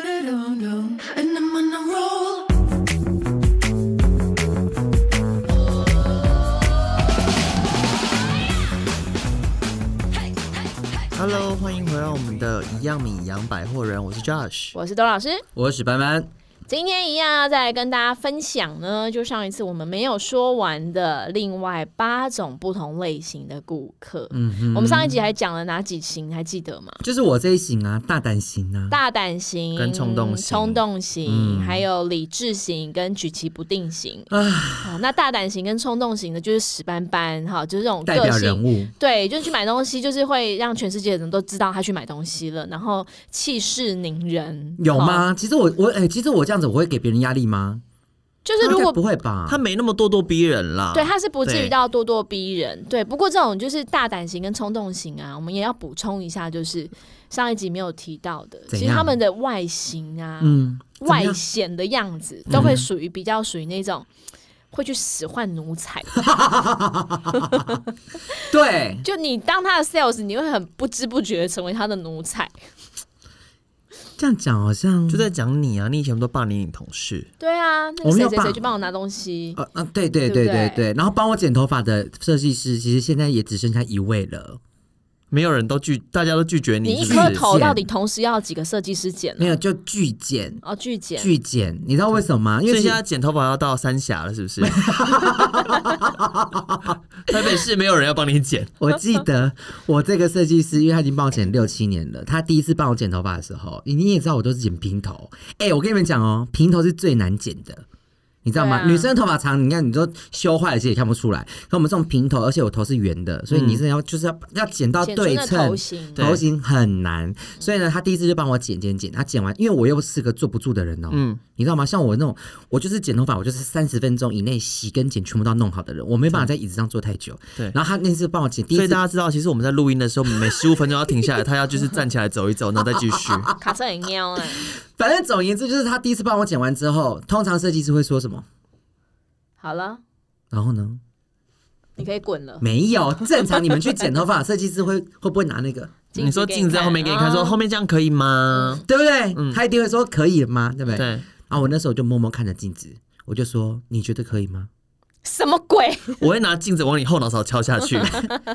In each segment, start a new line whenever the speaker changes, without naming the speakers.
And I'm on a roll.
哈喽，欢迎回到我们的一样米阳百货人，我是 Josh，
我是董老师，
我是史班班。
今天一样要再来跟大家分享呢，就上一次我们没有说完的另外八种不同类型的顾客。
嗯哼，
我们上一集还讲了哪几型，还记得吗？
就是我这一型啊，大胆型啊，
大胆型、
跟冲动型
冲动型，
嗯
还有理智型跟举棋不定型。哦，那大胆型跟冲动型的，就是史斑斑哈，就是这种
代表
个性
人物。
对，就去买东西，就是会让全世界的人都知道他去买东西了，然后气势凌人，
有
哦？
吗？其实我我哎、其实我这样子我会给别人压力吗？
就是如
应该
果
不会吧？
他没那么咄咄逼人啦。
啊
对，他是不至于
对
到咄咄逼人。对，不过这种就是大胆型跟冲动型啊，我们也要补充一下，就是上一集没有提到的，
怎
其实他
样
们的外形啊、
嗯，怎么
外
样嗯
显的样子，都会属于比较属于那种。会去使唤奴才，
对，
就你当他的 sales，你会很不知不觉地成为他的奴才。
这样讲好像
就在讲你啊，你以前不都霸凌你同事？
对啊，那
我
个
没
谁
有
谁谁
办
去帮我拿东西，
呃呃，对对
对
对
不对
对对。然后帮我剪头发的设计师，其实现在也只剩下一位了。
没有人都拒，大家都拒绝
你
你，
一
是不
颗
是？
头到底同时要几个设计师剪
没
呢？
有，就巨剪，
哦，巨剪，
巨剪。你知道为什么吗？因
所
为
以
其
现在剪头发要到三峡了，是不是？ 台北市没有人要帮你剪，
我记得我这个设计师，因为他已经帮我剪六七年了。他第一次帮我剪头发的时候，你你也知道我都是剪平头。哎、我跟你们讲哦，平头是最难剪的，你知道吗？
对啊
女生头发长，你看你都修坏了，其实也看不出来。可我们这种平头，而且我头是圆的，所以你是要、就是要要剪到
嗯剪出
对
那
称
头。型，
对
头型很难，所以呢，他第一次就帮我剪剪剪，他剪完，因为我又是个坐不住的人哦，
嗯
你知道吗？像我那种，我就是剪头发，我就是三十分钟以内洗跟剪全部都要弄好的人，我没办法在椅子上坐太久。
对
然后他那次帮我剪，第一
所以
次
大家知道，其实我们在录音的时候，每十五分钟要停下来，他要就是站起来走一走，然后再继续。
卡车很喵哎、
反正总而言之，就是他第一次帮我剪完之后，通常设计师会说什么？
好了，
然后呢？
你可以滚
哦
了。
没有，正常你们去剪头发，设计师会 会不会拿那个？
镜
你说
给
镜子在后面给你看，说
哦
后面这样可以吗？
对不对？
嗯
他一定会说可以吗？对不对？
对。
然后我那时候就默默看着镜子，我就说：“你觉得可以吗
什么鬼？
我会拿镜子往你后脑勺敲 下去。？”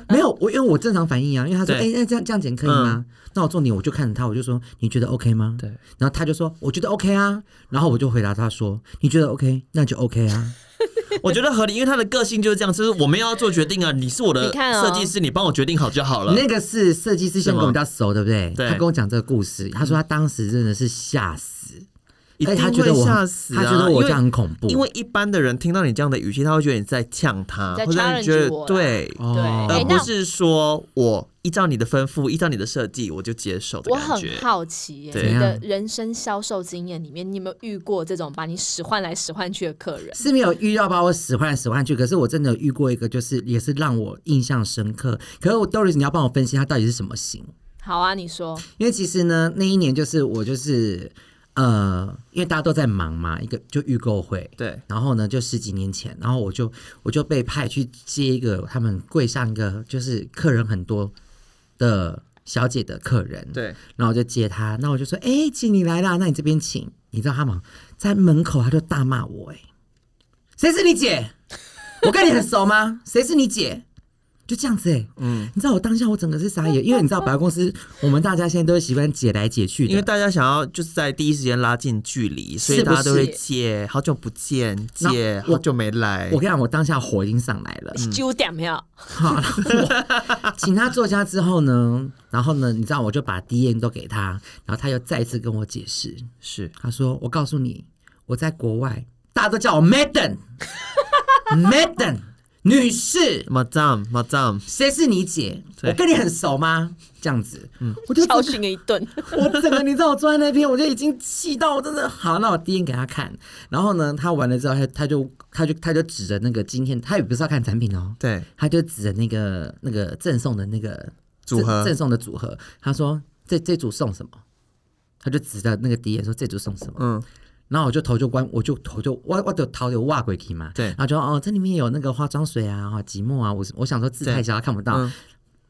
没有，我因为我正常反应啊，因为他说：“哎、
嗯对嗯
那这样这样剪可以吗？”那我重点我就看着他，我就说：“你觉得 OK 吗？”
对。
然后他就说：“我觉得 OK 啊。”然后我就回答他说：“你觉得 OK，那就 OK 啊。
我觉得合理，因为他的个性就是这样，就是我们要做决定啊，你是我的
你看哦
设计师，你帮我决定好就好了。
那个是设计师先
是吗
跟我比较熟，对不对？
对
他跟我讲这个故事，他说他当时真的是吓死。
一
哎，
定
他觉得
会
我
吓死、啊，
他觉得我这样很
因为
恐怖，
因为一般的人听到你这样的语气，他会觉得你在呛他，
在
或者他
challenge
觉得
我啦
对，
哦
对哎
而
那
不是说我依照你的吩咐，依照你的设计，我就接受的
我
感
很
觉。
好奇耶、
对
你的
怎
人生销售经验里面，你有没有遇过这种把你使唤来使唤去的客人？
是没有遇到把我使唤来使唤去，可是我真的有遇过一个，就是也是让我印象深刻。可是我 Doris，你要帮我分析他到底是什么型？
好啊，你说
因为其实呢，那一年就是我就是呃，因为大家都在忙嘛，一个就预购会，
对，
然后呢，就十几年前，然后我就我就被派去接一个他们柜上一个就是客人很多的小姐的客人，
对，
然后我就接他，那我就说，哎、姐你来啦，那你这边请。你知道他吗？在门口他就大骂我、哎，谁是你姐？我跟你很熟吗？谁是你姐？就这样子、哎，
嗯，
你知道我当下我整个是傻眼，因为你知道百货公司，我们大家现在都是习惯姐来姐去
因
的。
为大家想要就是在第一时间拉近距离，所以
是不
大家都会
是
借，好久不见，
那
借，
我
好久没来
我。跟你讲，我当下火已经上来
嗯
了。
九点 没有？
好，我请他坐下之后呢，然后呢，你知道我就把 D N 都给他，然后他又再一次跟我解释，
是，
他说：“我告诉你，我在国外，大家都叫我 Madam，Madam 女士，
madam madam，
谁是你姐？
对
我跟你很熟吗？”这样子，嗯，我就
教
整
训了一顿，
个 我整个，你知道，我坐在那边，我就已经气到我真的好。那我第一眼给他看，然后呢，他完了之后，他他就他就他就指着那个今天，他也不是要看产品哦，
对，
他就指着那个那个赠送的那个
组合
赠赠送的组合，他说：“这这组送什么？”他就指着那个敌人说：“这组送什么？”
嗯，
然后我就头就弯，我就头就我我就头就挖过去嘛。
对
哦然后就哦，这里面有那个化妆水啊、哈即墨啊，我我想说字太小，他看不到。
嗯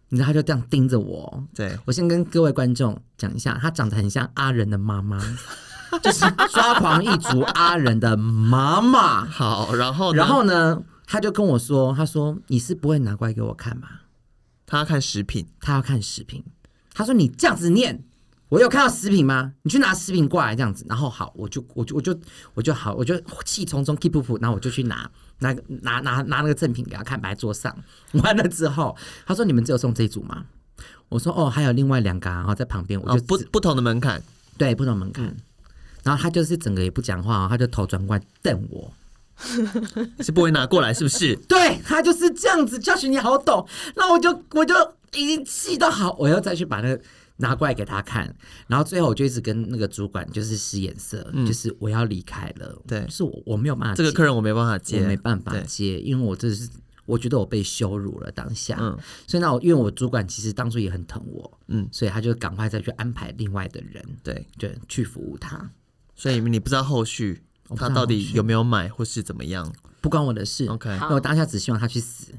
你知道他就这样盯着我。
对，
我先跟各位观众讲一下，她长得很像阿仁的妈妈， 就是抓狂一族阿仁的妈妈。
好，然哦后呢
然后呢，他就跟我说，他说你是不会拿过来给我看吧？
他要看食品，
他要看食品，他说你这样子念，我有看到食品吗？你去拿食品过来这样子，然后好，我就我就我就我就好，我就气冲冲 keep up，然后我就去拿拿拿拿拿那个赠品给他看，摆在桌上。完了之后，他说你们只有送这一组吗？我说哦，还有另外两个啊，然后在旁边，我
哦
就，
不嗯
指
不同的门槛，
对不懂门槛。然后他就是整个也不讲话哦，他就头转过来瞪我，
是不会拿过来，是 不是？
对他就是这样子教学，你好懂。那我就我就已经气到好，我要再去把那个拿过来给他看。然后最后我就一直跟那个主管就是使眼色，就是我要离开了。
嗯对
就是我我没有办法
这个
接
客人我没办法接，
我没办法
对
接，因为我这是我觉得我被羞辱了当下，
嗯
所以那我因为我主管其实当初也很疼我，
嗯
所以他就赶快再去安排另外的人，
对，
对，去服务他，
所以你不知道后续
我不知
他
道
到
后
底
续
有没有买或是怎么样
不关我的事。
？OK，
好
那我当下只希望他去死。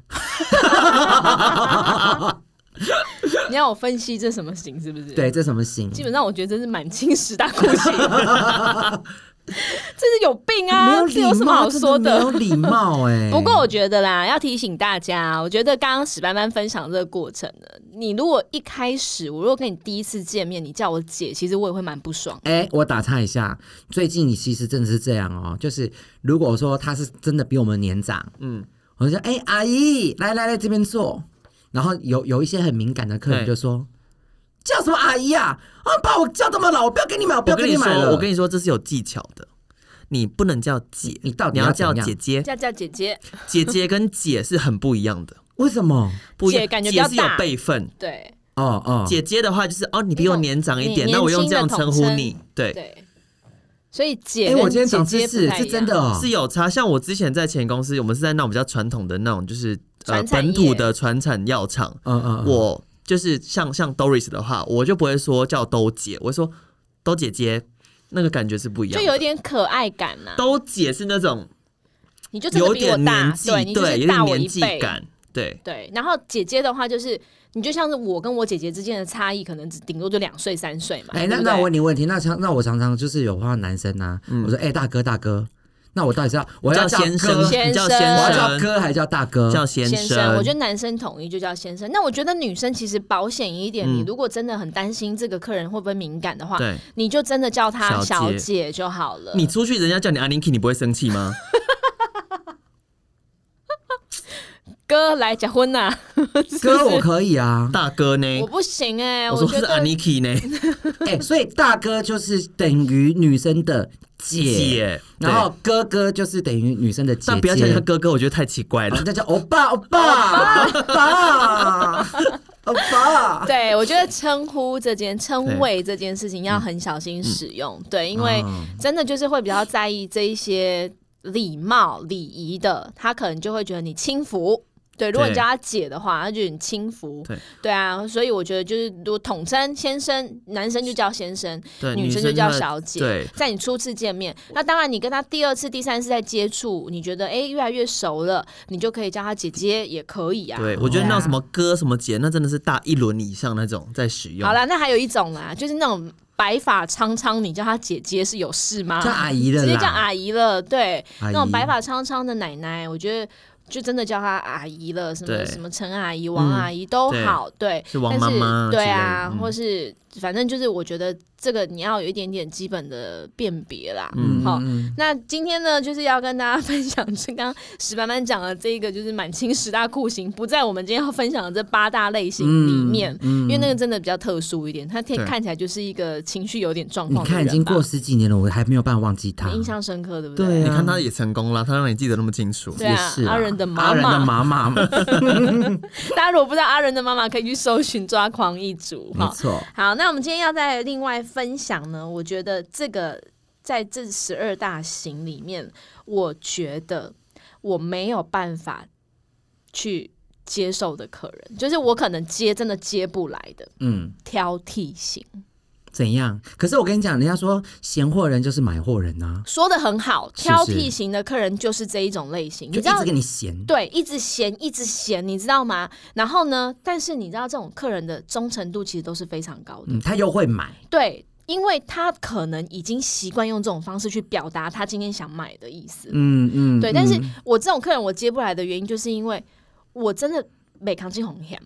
你要我分析这什么型是不是？
对，，这什么行？
基本上我觉得真是满清十大酷 刑，这是有病啊！这有什么好说
真没有礼貌哎、
不过我觉得啦，要提醒大家，我觉得刚刚史班班分享这个过程呢，你如果一开始，我如果跟你第一次见面，你叫我姐，其实我也会蛮不爽。
哎、我打岔一下，最近你其实真的是这样哦，就是如果说他是真的比我们年长，嗯，我就说哎、阿姨，来来来这边坐，然后有有一些很敏感的客人
对
就说。叫什么阿姨啊？啊，把我叫这么老，我不要给你买，我不
我
要给
跟你
买了。
说，我跟你说，这是有技巧的。你不能叫姐，
你到底
你要
要
叫
怎样
姐姐，
叫叫姐姐，
姐姐跟姐是很不一样的，
为什么？
不一样
姐感觉比
姐
较
是有
大
辈分，
对
哦哦，
姐姐的话就是哦，你比我年长一点，
你
那我用
年
这
轻的
样称呼你
统，
对，
对，所以姐
哎、
跟
我今天长
姐
知
姐
识
不太一
是
样
真的哦
是。有差。像我之前在前公司，我们是在那种比较传统的那种，就是呃
传产业
本土的传产药厂，
嗯嗯，嗯
我就是像像 Doris 的话，我就不会说叫兜姐，我会说兜姐姐，那个感觉是不一
就
样
有
的。
点可爱感呐、
兜姐是那种
你就真的
有
比我
点年
大，
纪，
对，你就
对，
是
有
大
点
我
年
一
纪
辈。
感，对
对，然后姐姐的话就是，你就像是我跟我姐姐之间的差异，可能只顶多就两岁三岁嘛。
哎、
对
那
不
那
对嗯
我问你问题，那常那我常常就是有碰到男生呐、我说哎、大哥大哥，那我到底是要我要
叫先
哥
生，
我
先
你叫
生
要
先
叫
生，
哥还是叫大哥？
叫先
先生，我觉得男生统一就叫先生。那我觉得女生其实保险一点，你如果真的很担心这个客人会不会敏感的话，
嗯对。
你就真的叫他
小
小
姐
姐就好了。
你出去，人家叫你阿 n i k 你不会生气 吗？
哥来结婚呐、
哥我可以啊，
大哥呢？
我不行哎、
我
我
说
觉
是啊
得
Aniki 呢，
哎、所以大哥就是等于女生的姐，
姐，
然
对
后哥哥就是等于女生的姐姐。
但不要叫他哥哥，我觉得太奇怪
啊，
了。
那叫欧巴，欧巴，欧巴，欧巴。
对，我觉得称呼这件、称谓这件事情要很小心使用，
嗯
对，因为真的就是会比较在意这一些礼貌、礼仪的，他可能就会觉得你轻浮。对，如果你
对
叫他姐的话，他就觉得你轻浮。
对，
啊，所以我觉得就是，如果统称先生，男生就叫先生，
对，
女
生
生就叫
她
小姐。
对，
在你初次见面，那当然你跟他第二次、第三次在接触，你觉得哎、诶越来越熟了，你就可以叫他姐姐也可以啊。
对，我觉得
对啊
那什么哥什么姐，那真的是大一轮以上那种在使用。
好，啦，那还有一种啦，就是那种白发苍苍，你叫她姐姐是有事吗？
叫阿姨了啦
直接叫阿姨了。对，
阿姨
那种白发苍苍的奶奶，我觉得就真的叫她阿姨了，什么
对
什么陈阿姨、王阿姨都好，对。
是
但
王
是
妈妈之类的，
对啊，
嗯
或是反正就是，我觉得这个你要有一点点基本的辨别啦。
嗯
好，
嗯，
那今天呢，就是要跟大家 分享，是刚刚史班班讲的这一个，就是满清十大酷刑，不在我们今天要分享的这八大类型
嗯
里面，因为那个真的比较特殊一点，他天
对
看起来就是一个情绪有点状
你
况的哦人吧。
看已经过十几年了，我还没有办法忘记他。
你印象深刻，对不
对
你
啊
看他也成功了，他让你记得那么清楚。
嗯对啊
也是，啊
阿仁的妈
阿仁的
妈，
妈妈，没
大家如果不知道阿仁的妈妈，可以去搜寻“抓狂一族”哈。
错。
好，那我们今天要再另外分享呢，我觉得这个在这十二大型里面，我觉得我没有办法去接受的客人，就是我可能接真的接不来的
嗯，
挑剔型。
怎样？可是我跟你讲，人家说闲货人就是买货人啊呐、
说的很好，
是
挑剔型的客人就是这一种类型，
就
你
一
知道
直跟你闲。
对，一直嫌，一直嫌，你知道吗？然后呢，但是你知道这种客人的忠诚度其实都是非常高的，
嗯，他又会买，
对，因为他可能已经习惯用这种方式去表达他今天想买的意思。
嗯嗯，
对，但是
嗯
我这种客人我接不来的原因，就是因为我真的没扛进红线，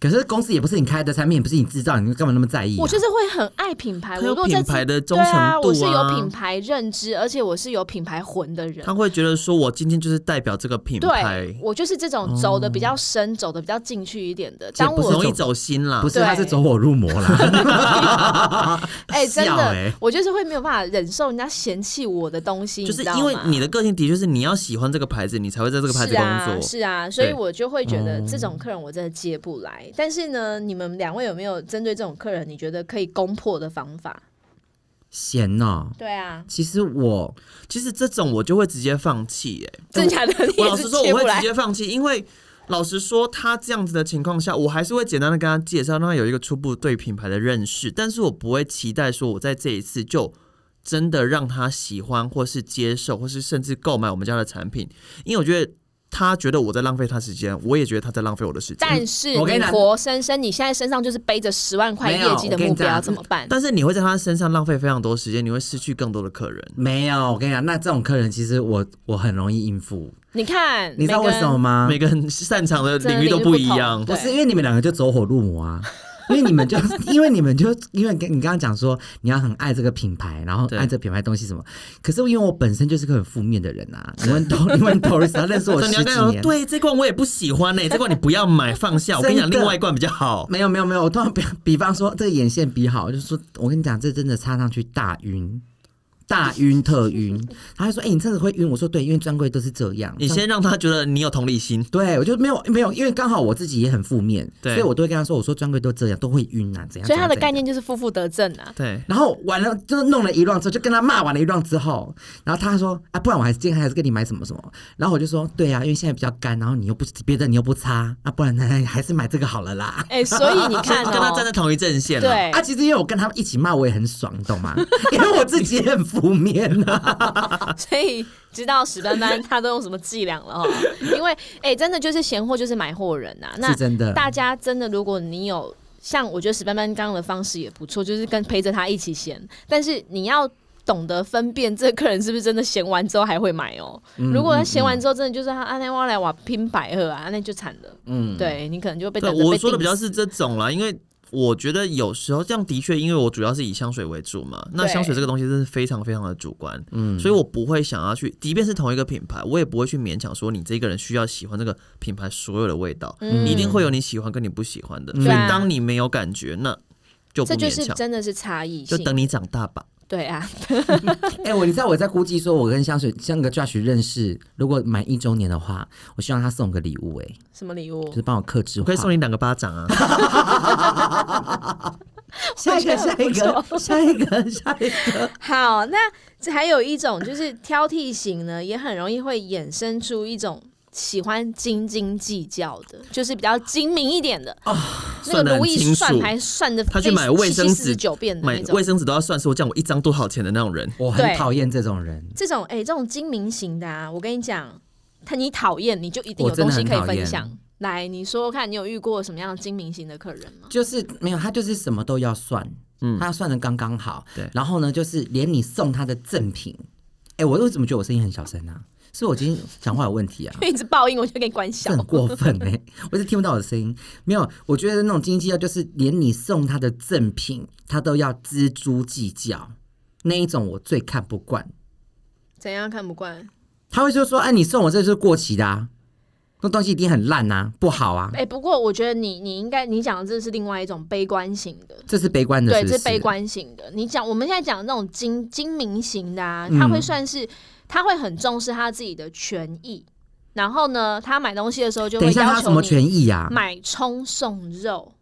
可是公司也不是你开的，产品也不是你制造，你干嘛那么在意、啊？
我就是会很爱品牌，我
他有
如果
品
在自
牌的忠
对
诚
啊，我是
度
有
啊
品，牌认知，而且我是有品牌魂的人
他。会觉得说我今天就是代表这个品
对
牌，，哦
我就是这种走的比较深、走的比较进去一点的。
且
当
不
我
是
容易
走
走心啦
不。是，
对
他是走火入魔啦。
哎、真
笑
的，
欸
我就是会没有办法忍受人家嫌弃我的东西，
就是
你知道
因为
吗
你的个性的确是你要喜欢这个牌子，你才会在这个牌子
是
工
啊，
作。
是啊，所以
对
我就会觉得这种客人我真的接不来。但是呢，你们两位有没有针对这种客人，你觉得可以攻破的方法？
闲哦，
对啊，
其实我
其实这种我就会直接放弃耶、
真假的你
我
也
老
是
实说，
接不
我会直
来。
接放弃，因为老实说，他这样子的情况下，我还是会简单的跟他介绍，让他有一个初步对品牌的认识，但是我不会期待说我在这一次就。真的让他喜欢，或是接受，或是甚至购买我们家的产品，因为我觉得他觉得我在浪费他时间，我也觉得他在浪费我的时间。
但是
我跟你
你
讲
活生生，你现在身上就是背着十万块
没有
业绩的
我跟你
目标，
讲
怎么办？
但是你会在他身上浪费非常多时间，你会失去更多的客人。
没有，我跟你讲，那这种客人其实我我很容易应付，
你看，
你知道
每
为
个
什
人
么吗？
每个人擅长的
真的
领域都
领域不
一
同
样，
不
对
是因为你们两个就走火入魔啊， 因为你们就因为你们就因为你刚刚讲说你要很爱这个品牌，然后
对
爱这个品牌东西什么，可是因为我本身就是个很负面的人啊，你问 Doris，你问 Doris，他认识我
所以你要
十
跟
几
他说，
年，
对这罐我也不喜欢欸呢、这罐你不要买，放下。我跟你讲，
真的
另外一罐比较好。
没有没有没有，我突然比比方说这个眼线比好，就是说我跟你讲，这真的擦上去大晕。大晕特 晕，他就说：“哎、你这个会晕。”我说：“对，因为专柜都是这样。”
你先让他觉得你有同理心，
对，我就没有没有，因为刚好我自己也很负面，
对
所以我都会跟他说：“我说专柜都这样，都会晕啊，怎样？”
所以他
怎
的
样
概念就是负负得正啊。
对，
然后完了，就是弄了一乱之后，就跟他骂完了一乱之后，然后他说啊，不然我还是今天还是跟你买什么什么。然后我就说，对啊，因为现在比较干，然后你又不别的你又不擦，啊，不然那还是买这个好了啦。
哎、所以 你看、哦，
跟他站在同一阵线。，
对
啊，其实因为我跟他们一起骂，我也很爽，你懂吗？因为我自己也很负面 啊。
哦所以知道史班班他都用什么伎俩了哈，哦因为哎、真的就是闲货就是买货人呐、啊。那
是真的
大家真的，如果你有像我觉得史班班刚刚的方式也不错，就是跟陪着他一起闲，但是你要。懂得分辨这个客人是不是真的闲完之后还会买哦。
嗯
如果他闲完之后真的就是他啊那哇来哇拼百合啊，那就惨了。嗯，对你可能就被
对，
等着被
我说
定
的比较
死
是这种啦，因为我觉得有时候这样的确，因为我主要是以香水为主嘛，那
对
香水这个东西真是非常非常的主观，嗯，所以我不会想要去，即便是同一个品牌，我也不会去勉强说你这个人需要喜欢这个品牌所有的味道，
嗯
一定会有你喜欢跟你不喜欢的。所以
对啊
当你没有感觉，那就不
这就
勉
是
强，
真的是差异
就
性。
等你长大吧。
对啊，
哎、我你知道我在估计说，我跟香水像个 Josh 认识，如果满一周年的话，我希望他送我个礼物、哎，
什么礼物
就是帮我克制
哦我
化。
可以送你两个巴 掌啊！
下一个，下一个，下一个，下一个。
好，那这还有一种就是挑剔型呢，也很容易会衍生出一种喜欢斤斤计较的，就是比较精明一点的，那
算
个
得很
如意
清
算
楚
盘算哎的，
他去买卫生纸
九遍的
买
那
卫
种。
生纸都要算说这样我一张多少钱的那种人，
我很
对
讨厌这种人，
这种哎、这种精明型的啊，我跟你讲，他你讨厌你就一定
我
有
真
东
的很
西可以
讨
分
厌
享。来，你说说看，你有遇过什么样的精明型的客人吗？？
就是没有他就是什么都要算，嗯，他算的刚刚好。
对
然后呢，就是连你送他的赠品，哎，我为什么觉得我声音很小声啊？是我今天讲话有问题啊
因为一直报应，我就给你关小
这。很过分哎、我是听不到我的声音。没有，我觉得那种斤斤计较，就是连你送他的赠品，他都要锱铢计较，那一种我最看不惯。
怎样看不惯？
他会就说：“哎、你送我这就是过期的啊，那东西一定很烂啊，不好啊。
哎、不过我觉得你你应该你讲的这是另外一种悲观型的，
这是悲观的，
对，
是不
这
是
悲。观型的。你讲我们现在讲的那种精精明型的啊，
嗯
他会算是、他会很重视他自己的权益，然后呢，他买东西的时候就
等
会
一下，他
要
什么
求
权
你
益呀、啊？
买葱送肉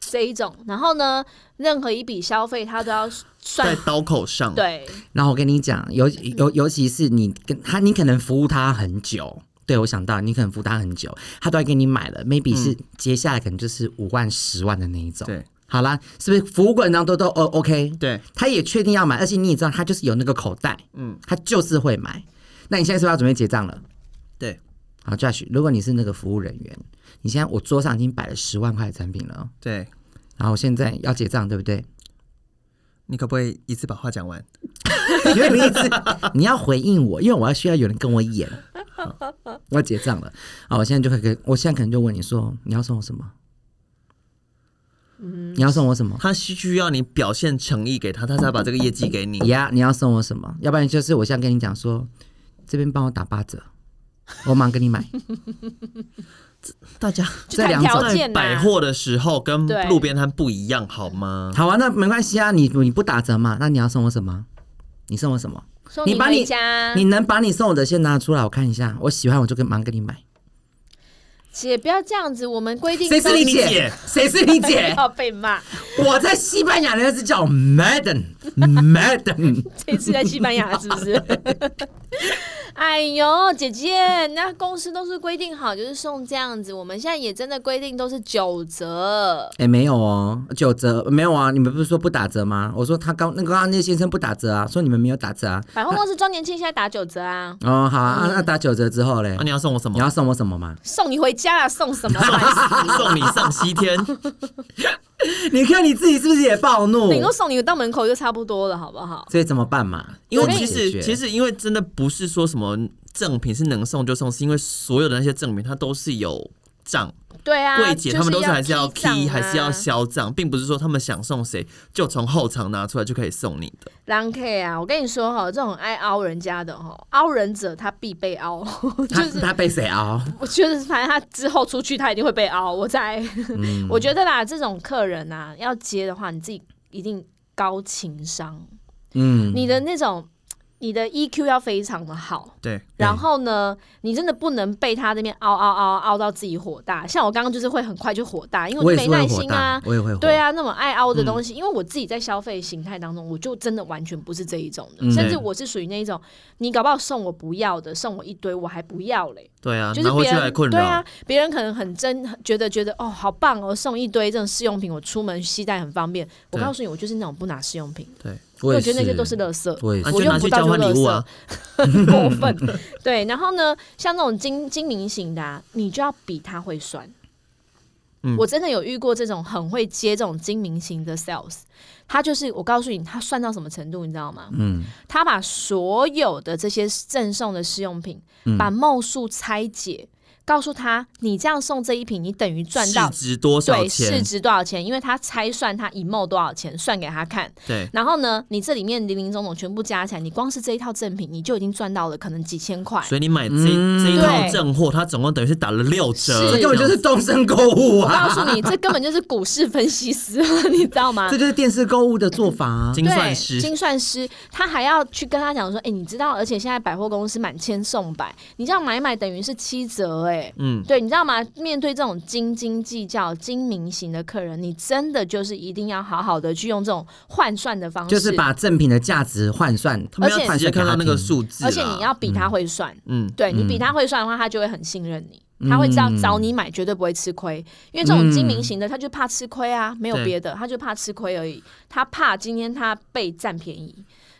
这一种，然后呢，任何一笔消费他都要
在
算
刀口上。，
对。
然后我跟你讲，尤
嗯
尤尤其是你跟他，你可能服务他很久。对，我想到你可能服务他很久，他都要给你买了，maybe 是接下来可能就是五万、十万的那一种，
嗯对，
好啦，是不是服务过程当中都 O OK？
对，
他也确定要买，而且你也知道他就是有那个口袋，
嗯
嗯，他就是会买。那你现在是不是要准备结账了？
对
好，Josh，如果你是那个服务人员，你现在我桌上已经摆了十万块的产品了，
对，
然后我现在要结账，对不对？
你可不可以一次把话讲完？
因为你一直你要回应我，因为我要需要有人跟我演。 好我要结账了，啊，我现在就会跟，我现在可能就问你说，你要送我什么？
嗯
你要送我什么？
他需要你表现诚意给他，他才要把这个业绩给你。
呀你要送我什么？要不然就是我现在跟你讲说，这边帮我打八折，我马上给你买。
大家
就
这
看
两种
条
在
件呐、啊
百货的时候跟
对
路边摊不一样，好吗？
好啊，那没关系啊，你你不打折嘛？那你要送我什么？你送我什么？
送
你
你
把
回
你
家。
你能把你送我的先拿出来，我看一下，我喜欢我就跟马上给你买。
姐不要这样子，我们规定
谁是你
你姐
姐？谁是你姐？
要被骂，
我在西班牙人是叫 Madam Madam，
这一次在西 班牙是不是？ 哎呦，姐姐，人家公司都是规定好，就是送这样子。我们现在也真的规定都是九折，
哎、没有哦，九折没有啊？你们不是说不打折吗？我说他刚那个刚刚那先生不打折啊，说你们没有打折啊。
百货公司周年庆现在打九折啊，
哦，好啊，那、啊、打九折之后嘞
啊，，你要送我什
你
么？
要送我什么吗？
送你回家啊，送什么？烦死
送你上西天，
你看你自己是不是也暴怒
顶多送你到门口就差不多了，好不好？
所以怎么办嘛？
因为
怎么
其
解
实
决
其实因为真的不是说什么赠品是能送就送，是因为所有的那些赠品它都是有账，
对啊，
柜姐他们都是还是
是
要 key 还是要
小
销账，并不是说他们想送谁就从后场拿出来就可以送你的。
狼 K 啊！我跟你说哈，这种爱凹人家的哈，凹人者他必被凹， 就
他
是
他被谁熬？
我觉得反正他之后出去他一定会被凹。我在，
嗯
我觉得啦，这种客人啊，要接的话，你自己一定高情商，
嗯，
你的那种你的 EQ 要非常的好。
对，
然后呢，
嗯
你真的不能被他那边凹凹凹凹到自己火大。像我刚刚就是会很快就火大，因为
我
就
也
没
是会
耐
火
心
大
啊，。
我也会火。
对，啊，那么爱凹的
嗯
东西，因为我自己在消费形态当中，我就真的完全不是这一种的，
嗯
甚至我是属于那一种，你搞不好送我不要的，送我一堆我还不要嘞，
对啊，
就是
拿回
别
去还
人
困
对
扰
啊。，别人可能很真觉得觉得哦好棒哦，送一堆这种试用品，我出门携带很方便。我
对
告诉你，我就是那种不拿试用品，
对，
我也
因为觉得那些都是垃圾。
我也
啊
是。
就
用
拿
不
去
到
交
就
换礼
垃
物啊。
过分。对，然后呢，像那种精精明型的、啊，你就要比他会酸。
嗯
我真的有遇过这种很会接这种精明型的 sales，他就是我告诉你，他算到什么程度，你知道吗？
嗯，
他把所有的这些赠送的试用品，
嗯
把梦数拆解，告诉他，你这样送这一瓶，你等于赚到
市值多少
对市
钱？
值多少钱，因为他拆算他一梦多少钱，算给他看。
对，
然后呢，你这里面零零总总全部加起来，你光是这一套赠品，你就已经赚到了可能几千块。
所以你买这这一套
对
正货，它总共等于是打了六折，
是
这根本就是终身购物
我告
啊！
诉你，这根本就是股市分析师，你知道 吗
这？就是电视购物的做法啊。
精算
对，
师。
精算师他还要去跟他讲说，哎、你知道，而且现在百货公司满千送百，你这样买一买等于是七折、哎，
嗯，
对，你知道吗？面对这种斤斤计较、精明型的客人，你真的就是一定要好好的去用这种换算的方式，
就是把正品的价值换算，
他们
而且
要直接看到那个数字啦，
而且你要比他会算，
嗯，
对你比他会算的话，他就会很信任你，他会知道找你买绝对不会吃亏，因为这种精明型的，他就怕吃亏啊，没有
嗯对
别的，他就怕吃亏而已，他怕今天他被占便宜，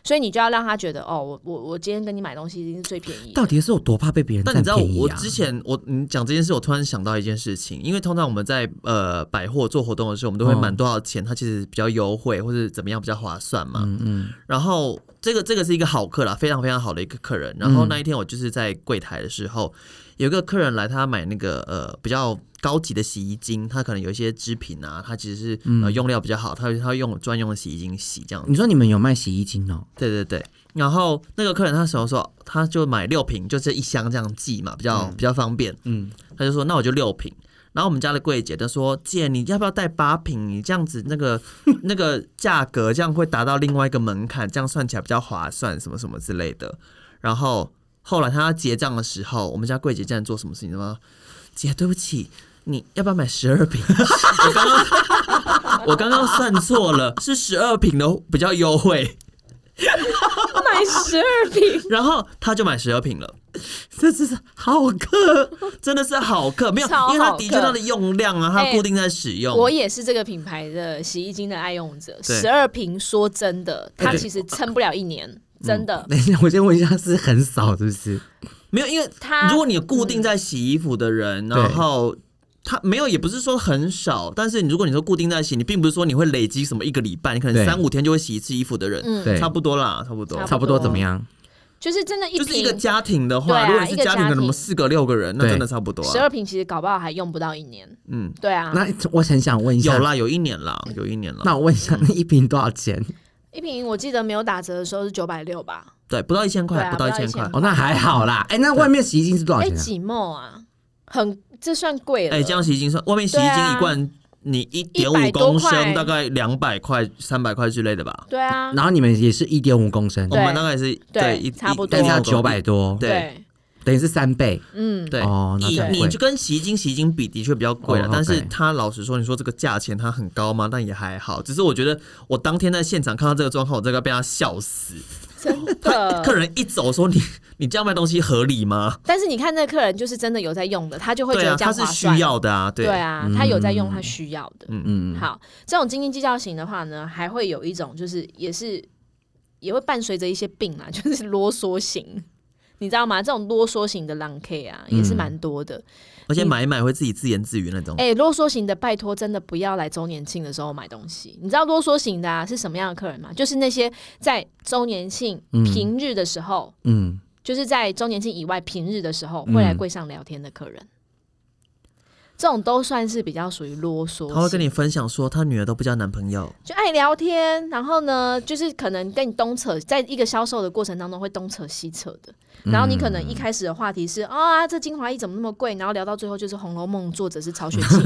所以你就要让他觉得哦，我我我今天跟你买东西一定是最便宜的。
到底是有多怕被别人
但你
占
知道
便宜
我
啊？
之前我你讲这件事，我突然想到一件事情，因为通常我们在呃百货做活动的时候，我们都会
嗯
满多少钱，它其实比较优惠或者怎么样比较划算嘛。
嗯嗯
然后这个这个是一个好客啦，非常非常好的一个客人。然
嗯
后那一天我就是在柜台的时候，有一个客人来，他买那个呃比较高级的洗衣精，他可能有一些织品啊，他其实是
嗯
呃用料比较好，他他会用专用的洗衣精洗这样子。
你说你们有卖洗衣精 哦？
对对对。然后那个客人他时候说，他就买六瓶，就这一箱这样寄嘛，比较、比较方便。
嗯，
他就说那我就六瓶。然后我们家的柜姐就说：“姐，你要不要带八瓶？你这样子那个那个价格，这样会达到另外一个门槛，这样算起来比较划算，什么什么之类的。”然后后来他要结账的时候，我们家柜姐竟然做什么事情？什么？姐，对不起，你要不要买十二瓶？ 我刚刚我刚 刚算错了，是十二瓶的比较优惠。
买十二瓶，
然后他就买十二瓶了。
这真是好客。
真的是好客，没有，
超
因为它
好
的确
客
它的用量啊，它
哎
固定在使用。
我也是这个品牌的洗衣精的爱用者，
对
十二瓶，说真的，它
对嗯
其实撑不了一年，真的。
等一下，我先问一下，是很少是不是？
没有，因为
它
如果你有固
嗯
定在洗衣服的人，
对
然后他没有，也不是说很少，但是你如果你说固定在洗，你并不是说你会累积什么一个礼拜，你可能
对
三五天就会洗一次衣服的人，
嗯
对
差不多啦，差不多
差。不
差不多怎么样？
就是真的一
就是一
瓶
个家庭的
对
话，
啊
如果你是
一个
家庭，
家
可能我
庭
们四个六个人，那
对
真的差不多
十
啊。
二瓶，其实搞不好还用不到一年。
嗯，
对啊，
那我很想问一下，
有啦，有一年啦，有一年啦，
那我问一下，那一瓶多少 钱？
一瓶我记得没有打折的时候是九百六吧？
对，不到一
对
千块，
啊
不到一
不到
千
一千
块。
哦，那还好啦。哎，那外面洗衣精是多少
哎，
钱啊？
几毛啊？很，这算贵了。
哎，这样洗衣精算，外面洗衣
对
精
啊
一罐你一点
100
五
多
公
块
升，大概两百块、三百块之类的吧。
对啊，
然后你们也是一点五公升
我，
对
们大概是
对
一
差不多
但是要
要
九百多，
对
对，
等于是三倍。
嗯，
对，
哦那
你
真
你
贵
就跟洗衣精，洗衣精比的确比较贵了，
哦
但是
OK
它老实说，你说这个价钱它很高吗？但也还好，只是我觉得我当天在现场看到这个状况，我这个被他笑死。
真
他客
的。
人一走说你你这样卖东西合理吗？
但是你看那个客人就是真的有在用的，他就会觉
对
得
啊，
这
他
样
是
划
需
算。
要的啊，对
对啊，他有在用他需要的。
嗯，
好，这种斤斤计较型的话呢，还会有一种就是也是也会伴随着一些病啊， 就是啰嗦型，你知道吗？这种啰嗦型的浪 K 啊，也
嗯
是蛮多的。
而且
你
买一买会自己自言自语那种。
哎、啰嗦型的，拜托真的不要来周年庆的时候买东西。你知道啰嗦型的啊是什么样的客人吗？就是那些在周年庆、
嗯
平日的时候，
嗯，
就是在周年庆以外平日的时
嗯
候会来柜上聊天的客人。这种都算是比较属于啰嗦型，
他会跟你分享说，他女儿都不交男朋友，
就爱聊天，然后呢，就是可能跟你东扯，在一个销售的过程当中会东扯西扯的。
嗯
然后你可能一开始的话题是、啊，这精华液怎么那么贵？然后聊到最后就是《红楼梦》作者是曹雪芹，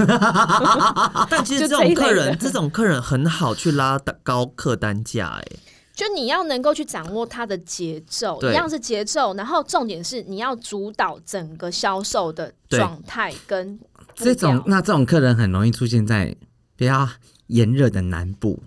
但其实
就
这
这
种
一类
客
的
人，这种客人很好去拉高客单价，哎，
就你要能够去掌握它的节奏，
对
一样是节奏，然后重点是你要主导整个销售的状态跟步
这种
调
那这种客人很容易出现在比较炎热的南部，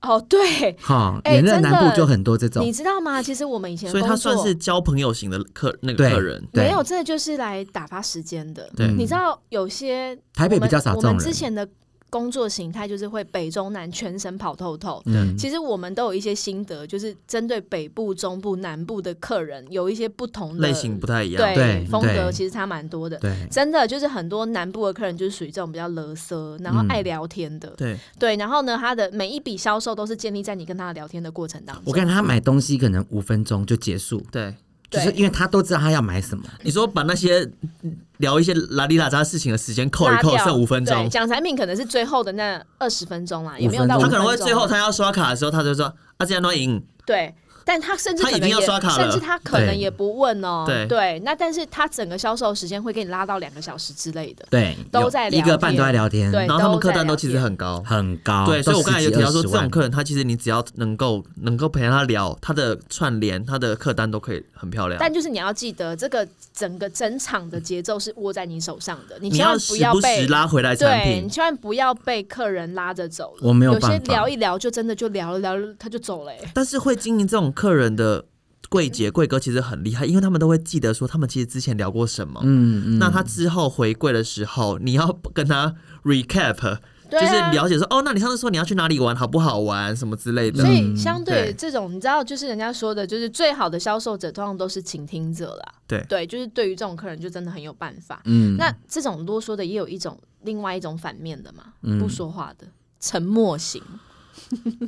哦，对，
哈，
哎
炎热
真的
南部就很多这种，
你知道吗？其实我们以前
所以他
工
算
作
是交朋友型的客那个
对
客人。
对
没有，真的就是来打发时间的。
对
你知道有些
台北
我们
比较少这
我
种
们
人
之前的工作形态就是会北中南全省跑透透。
嗯，
其实我们都有一些心得，就是针对北部、中部、南部的客人有一些不同的
类型不太一样，
嗯对
对
风格，
对
其实差蛮多的。
对，
真的就是很多南部的客人就是属于这种比较勒瑟，然后爱聊天的，
嗯对
对。然后呢，他的每一笔销售都是建立在你跟他聊天的过程当中。
我看他买东西可能五分钟就结束，
对。
就
对
是因为他都知道他要买什么，
你说把那些嗯聊一些拉里拉扎事情的时间扣一
拉
扣，
掉
剩五分
对
钟，
讲产品可能是最后的那二十分钟啦，也没有到
五
他
分钟
5
可能会
分钟
最后他要刷卡的时候，他就说啊，这样都赢，
对。但他甚至
他
可
已
能
经要
也，
刷卡了
甚至他可能也不问哦、
对
那但是他整个销售时间会给你拉到两个小时之类的。
对，
都
有
在聊
一个半
天
都在聊天，
对
然后他们
都在
客单都
聊
其实
天
很高，
很高，
对，所以我刚才有提到说，这种
人
客人他其实你只要能够能够陪他聊，他的串联、他的客单都可以很漂亮。
但就是你要记得，这个整个整场的节奏是握在你手上的，你
你
千万不
时
要
不
被
时拉回来产
对你
品，
千万不要被客人拉着走了。
我没有
有些
办法
聊一聊就真的就聊了聊了，他就走了、欸。
但是会经营这种客人的柜姐、柜哥其实很厉害，因为他们都会记得说他们其实之前聊过什么。
嗯嗯，
那他之后回柜的时候，你要跟他 recap，
对
就是
啊。
了解说，哦，那你上次说你要去哪里玩，好不好玩，什么之类的。
所以，相对
嗯对
这种，你知道，就是人家说的，就是最好的销售者通常都是倾听者啦。
对
对，就是对于这种客人，就真的很有办法。
嗯
那这种啰嗦的，也有一种另外一种反面的嘛，
嗯
不说话的，沉默型，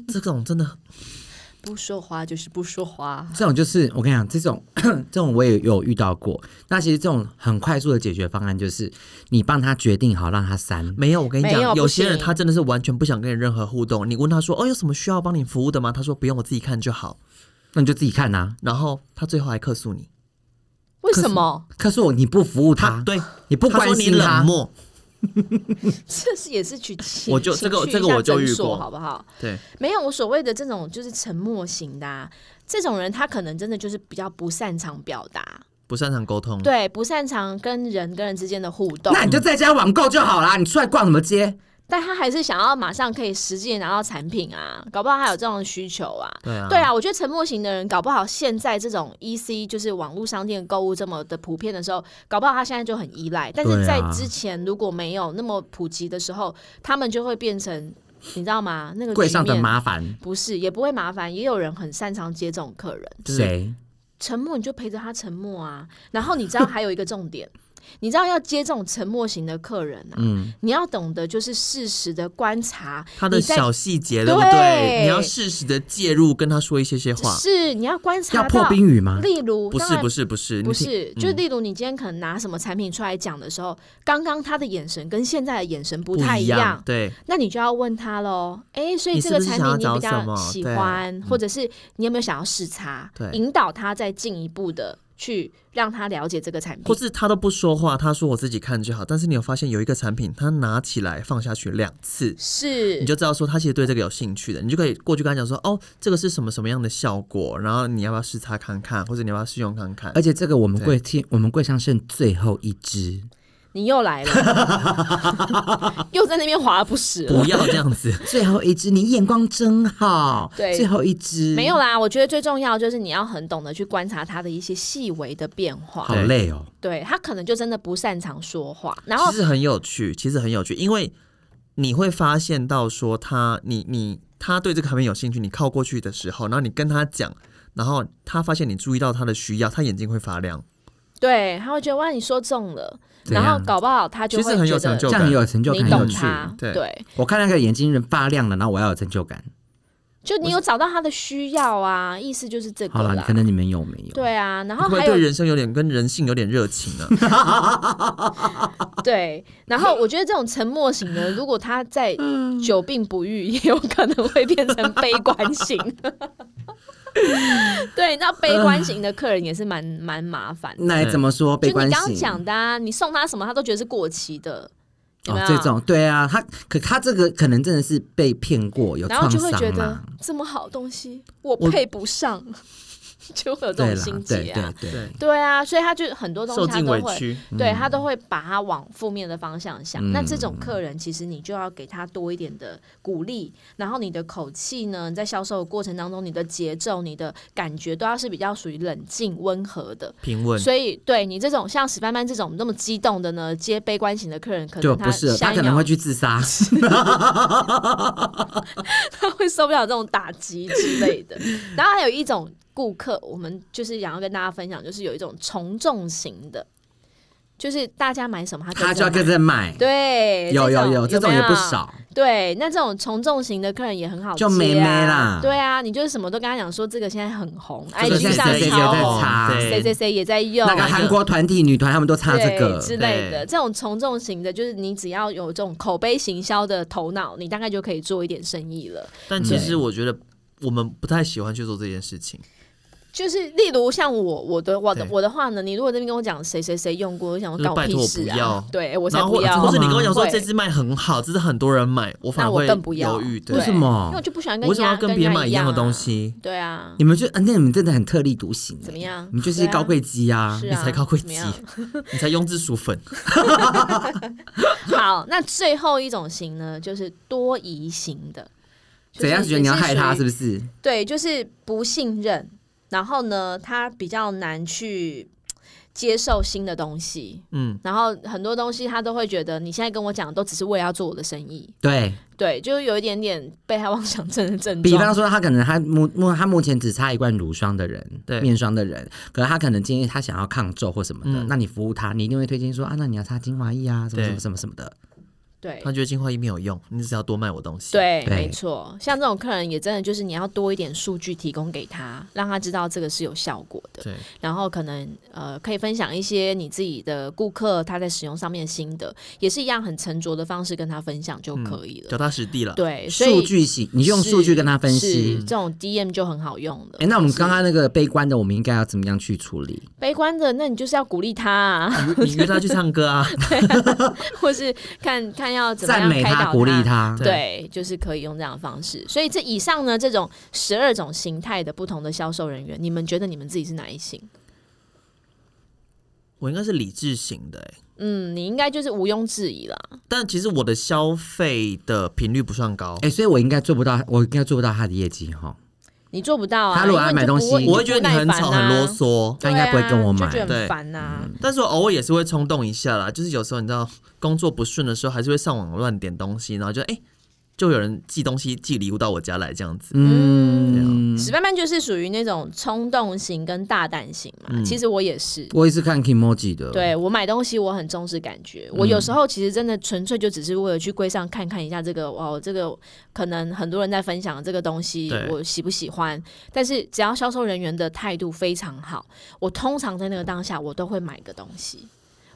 这种真的，
不说话就是不说话。
这种就是我跟你讲，这种 这种我也有遇到过。那其实这种很快速的解决方案就是，你帮他决定好，让他删。
没有，我跟你讲，
没有
有
不
些人
行
他真的是完全不想跟你任何互动。你问他说：“哦，有什么需要帮你服务的吗？”他说：“不用，我自己看就好。
那你就自己看啊呐、”
然后他最后还客诉你，
为什么？
可是我你不服务
他
他，
啊对
啊你不
他说
关
你
心他
冷，漠，
这是也是去请，
我就
请
这个
去
这个
一下
我就
诊
遇
所
过
好不好？
对
没有，我所谓的这种就是沉默型的、啊，这种人他可能真的就是比较不擅长表达，
不擅长沟通。
对，不擅长跟人跟人之间的互动。
那你就在家网购就好啦，你出来逛什么街？
但他还是想要马上可以实际地拿到产品啊，搞不好他有这种需求啊。
对啊，
对，啊，我觉得沉默型的人，搞不好现在这种 E C 就是网络商店购物这么的普遍的时候，搞不好他现在就很依赖。但
对
是在
啊
之前如果没有那么普及的时候，他们就会变成，你知道吗？那个
柜
局
上的
面
麻烦
不是，也不会麻烦，也有人很擅长接这种客人。
就是
谁？
沉默你就陪着他沉默啊。然后你知道还有一个重点，你知道要接这种沉默型的客人啊，
嗯，
你要懂得就是适时的观察
他的
你在
小细节，对不对？
对
你要适时的介入，跟他说一些些话。
是你要观察
要破
到，嗯
冰语吗？
例如
啊不
当
是
然
不是不是，
不
你听嗯
是，就例如你今天可能拿什么产品出来讲的时候，刚刚他的眼神跟现在的眼神不
不
太
一
一
样
样，，
对，
那你就要问他喽。哎，所以
你
这
是
个
不是
产
想
品
要
你比
找什
较
么
喜
对嗯
欢，或者是你有没有想要试擦
对，
引导他再进一步的去让他了解这个产
或
品。
是他都不说话，他说我自己看就好。但是你有发现有一个产品，他拿起来放下去两次，
是，
你就知道说他其实对这个有兴趣的，你就可以过去跟他讲说，哦，这个是什么什么样的效果，然后你要不要试擦看看，或者你要不要试用看看
而。且这个我们柜天，我们柜上剩最后一支，
你又来了， 又在那边划不实了
不。要这样子，
最后一支，你眼光真好。
对
最后一支
没有，啦，我觉得最重要就是你要很懂得去观察他的一些细微的变化。
好累哦。
对他可能就真的不擅长说话，然后
其实很有趣，其实很有趣，因为你会发现到说他，你你他对这个产品有兴趣，你靠过去的时候，然后你跟他讲，然后他发现你注意到他的需要，他眼睛会发亮。
对他会觉得哇你说中了，
怎样
然后搞不好他就
其实
会
很有
觉
成
得
就
这样也有成就感，
你
很有
懂
趣。
他，
对
对，
我看那个眼睛人发亮了，然后我要有成就感。
就你有找到他的需要啊，意思就是这
好
个
了，
啦
可。能你们有没有？
对啊，然
会
后
不会
还
对
有
人生有点跟人性有点热情 啊？
对，然后我觉得这种沉默型的，如果他在久病不愈，也有可能会变成悲观型。 对，那悲观型的客人也是蛮蛮麻烦的。
那也怎么说嗯悲
就
观
你
型？
刚刚讲的、啊，你送他什么，他都觉得是过期的，有没
哦
有？，
这种对啊，他可他这个可能真的是被骗过，有
然后
创
就会觉
伤啊
得
啦。
这么好东西我配 不上， 就会有这
对
种
啦，
心
对
结啊
对。对，
对啊，所以他就很多东
受
西他
尽
都
委
会，
屈，
对他都会把它往负面的方向想。
嗯
那这种客人，其实你就要给他多一点的鼓励，然后你的口气呢，你在销售的过程当中，你的节奏、你的感觉都要是比较属于冷静温和的。
平稳。
所以，对你这种像史班班这种那么激动的呢，接悲观型的客人，可
就
能
不是
下
他
一
可能
秒
会去自杀。
他会受不了这种打击之类的。然后还有一种顾客，我们就是想要跟大家分享，就是有一种从众型的，就是大家买什么 他
他就要
跟着
跟
买。
着买。
对，
有
有
有，这种也不
没有。
少。
对，那这种从众型的客人也很好、啊，
就妹妹啦
对啊，你就是什么都跟他讲说这个现在很红
这个
就是
，IG
现在
上
谁谁
也
有在
超哦
红
查
对
谁谁谁也在用，
那个韩国团体女团他们都唱这
对
个，
之类的，
对
这种从众型的，就是你只要有这种口碑行销的头脑，你大概就可以做一点生意了。
但其实我觉得我们不太喜欢去做这件事情。
就是例如像我我的我的
对
我的话呢，你如果这边跟我讲谁谁谁用过，我想
就
说
是
搞
拜托
屁
我
事
不
啊
要，
对我才
然后
不
或
要，
或是你跟我讲说
会
这支卖很好，这支很多人买，我反
那
而
我
会
更不要
犹豫。对
为
对
什
因为我
么？
就不喜欢
我为
跟
什么要
人家
跟别人买一样的
啊
东西？
对啊，
你们就啊那你们真的很特立独行欸，
怎么样
你们就是
对啊
高贵鸡啊
是！
你
啊，
才高贵
怎么
鸡
样，
你才庸脂俗粉。
好，那最后一种型呢，就是多疑型的。
怎样觉得你要害他是
不
不
是？嗯
是？
对，就是不信任，然后呢，他比较难去接受新的东西，
嗯，
然后很多东西他都会觉得你现在跟我讲都只是为了要做我的生意，
对
对，就是有一点点被害妄想症的症
啊
比方
状。
说，他可能他目目他目前只差一罐乳霜的人，
对
面霜的人，可是他可能今天他想要抗皱或什么的，
嗯
那你服务他，你一定会推荐说啊，那你要擦精华液啊，什么
对
什么什么什么的。
对
他觉得精华液没有用，你只要多卖我东西。，
对，
对
没错，像这种客人也真的就是你要多一点数据提供给他，让他知道这个是有效果的。
对，
然后可能呃可以分享一些你自己的顾客他在使用上面的心得，也是一样很沉着的方式跟他分享就可以了。
脚踏实地了。
对，所以
嗯数据型，你用数据跟他分
是
析
这。种 DM 就很好用了。
哎，那我们刚刚那个悲观的，我们应该要怎么样去处理？
悲观的，那你就是要鼓励他、啊，
你你约他去唱歌啊，
或是看看要怎么
赞
样
美
开导
他，鼓励。他。
对，就是可以用这样的方式。所以这以上呢，这种十二种形态的不同的销售人员，你们觉得你们自己是哪一型？
我应该是理智型的、欸，
嗯，你应该就是毋庸置疑啦。
但其实我的消费的频率不算高。
哎、所以我应该做不到，我应该做不到他的业绩哈。
你做不到啊！
他如果
因为
要
你
买
就
东
不啊会
西
我会觉得你很吵、很啰，
就
嗦，
他应该不会跟我买
对啊就觉得
对
很烦呐。
嗯
但是我偶尔也是会冲动一下啦。就是有时候你知道工作不顺的时候，还是会上网乱点东西，然后就哎、就有人寄东西、寄礼物到我家来这样子。
嗯，
史班班就是属于那种冲动型跟大胆型嘛，其实我也是。
嗯我也是看 Kimoji 的，，
对我买东西，我很重视感觉。
嗯
我有时候其实真的纯粹就只是为了去柜上看看一下这个，哦，这个可能很多人在分享这个东西
对，
我喜不喜欢？但是只要销售人员的态度非常好，我通常在那个当下，我都会买个东西。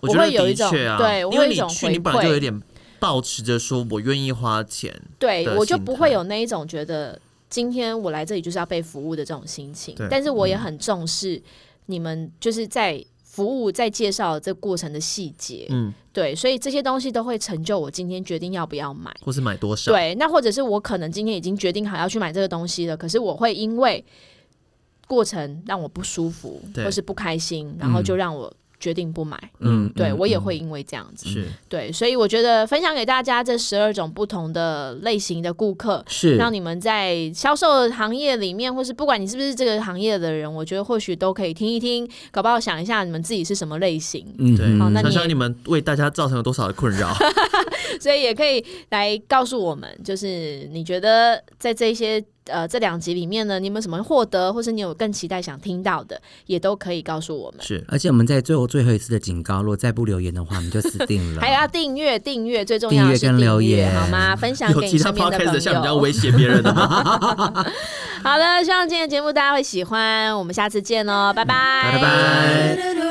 我觉得
我会有一
的
种
确啊，
对我
因为
会有
你
一种
去，
回
你本来就
馈
有点抱持着说我愿意花钱，
对
的
我就
心
不
态
会有那一种觉得今天我来这里就是要被服务的这种心情
对。嗯
但是我也很重视你们就是在服务在介绍这过程的细节，
嗯，
对，所以这些东西都会成就我今天决定要不要买。
或是啊买多少，
对，那或者是我可能今天已经决定好要去买这个东西了，可是我会因为过程让我不舒服
对嗯
或是不开心，然后就让我决定不买。
嗯，
对我也会因为这样子。
是
对，所以我觉得分享给大家这十二种不同的类型的顾客，
是，
让你们在销售行业里面，或是不管你是不是这个行业的人，我觉得或许都可以听一听，搞不好想一下你们自己是什么类型，
嗯
对。
好那
想
你
想
也
你们为大家造成了多少的困 扰？
所以也可以来告诉我们，就是你觉得在这些呃这两集里面呢，你有没有什么获得，或是你有更期待想听到的，也都可以告诉我们。
是
而且我们在最后最后一次的警告，如果再不留言的话，我们就死定了。
还有要订阅，订阅最重要的是
啊订阅跟留言
好吗？分享
有
给
其
你
他
身边
podcast 的像你这
朋
样
友。
威胁别人的吗？
好的，希望今天的节目大家会喜欢，我们下次见喽，拜拜，
拜拜。
Da-da-da.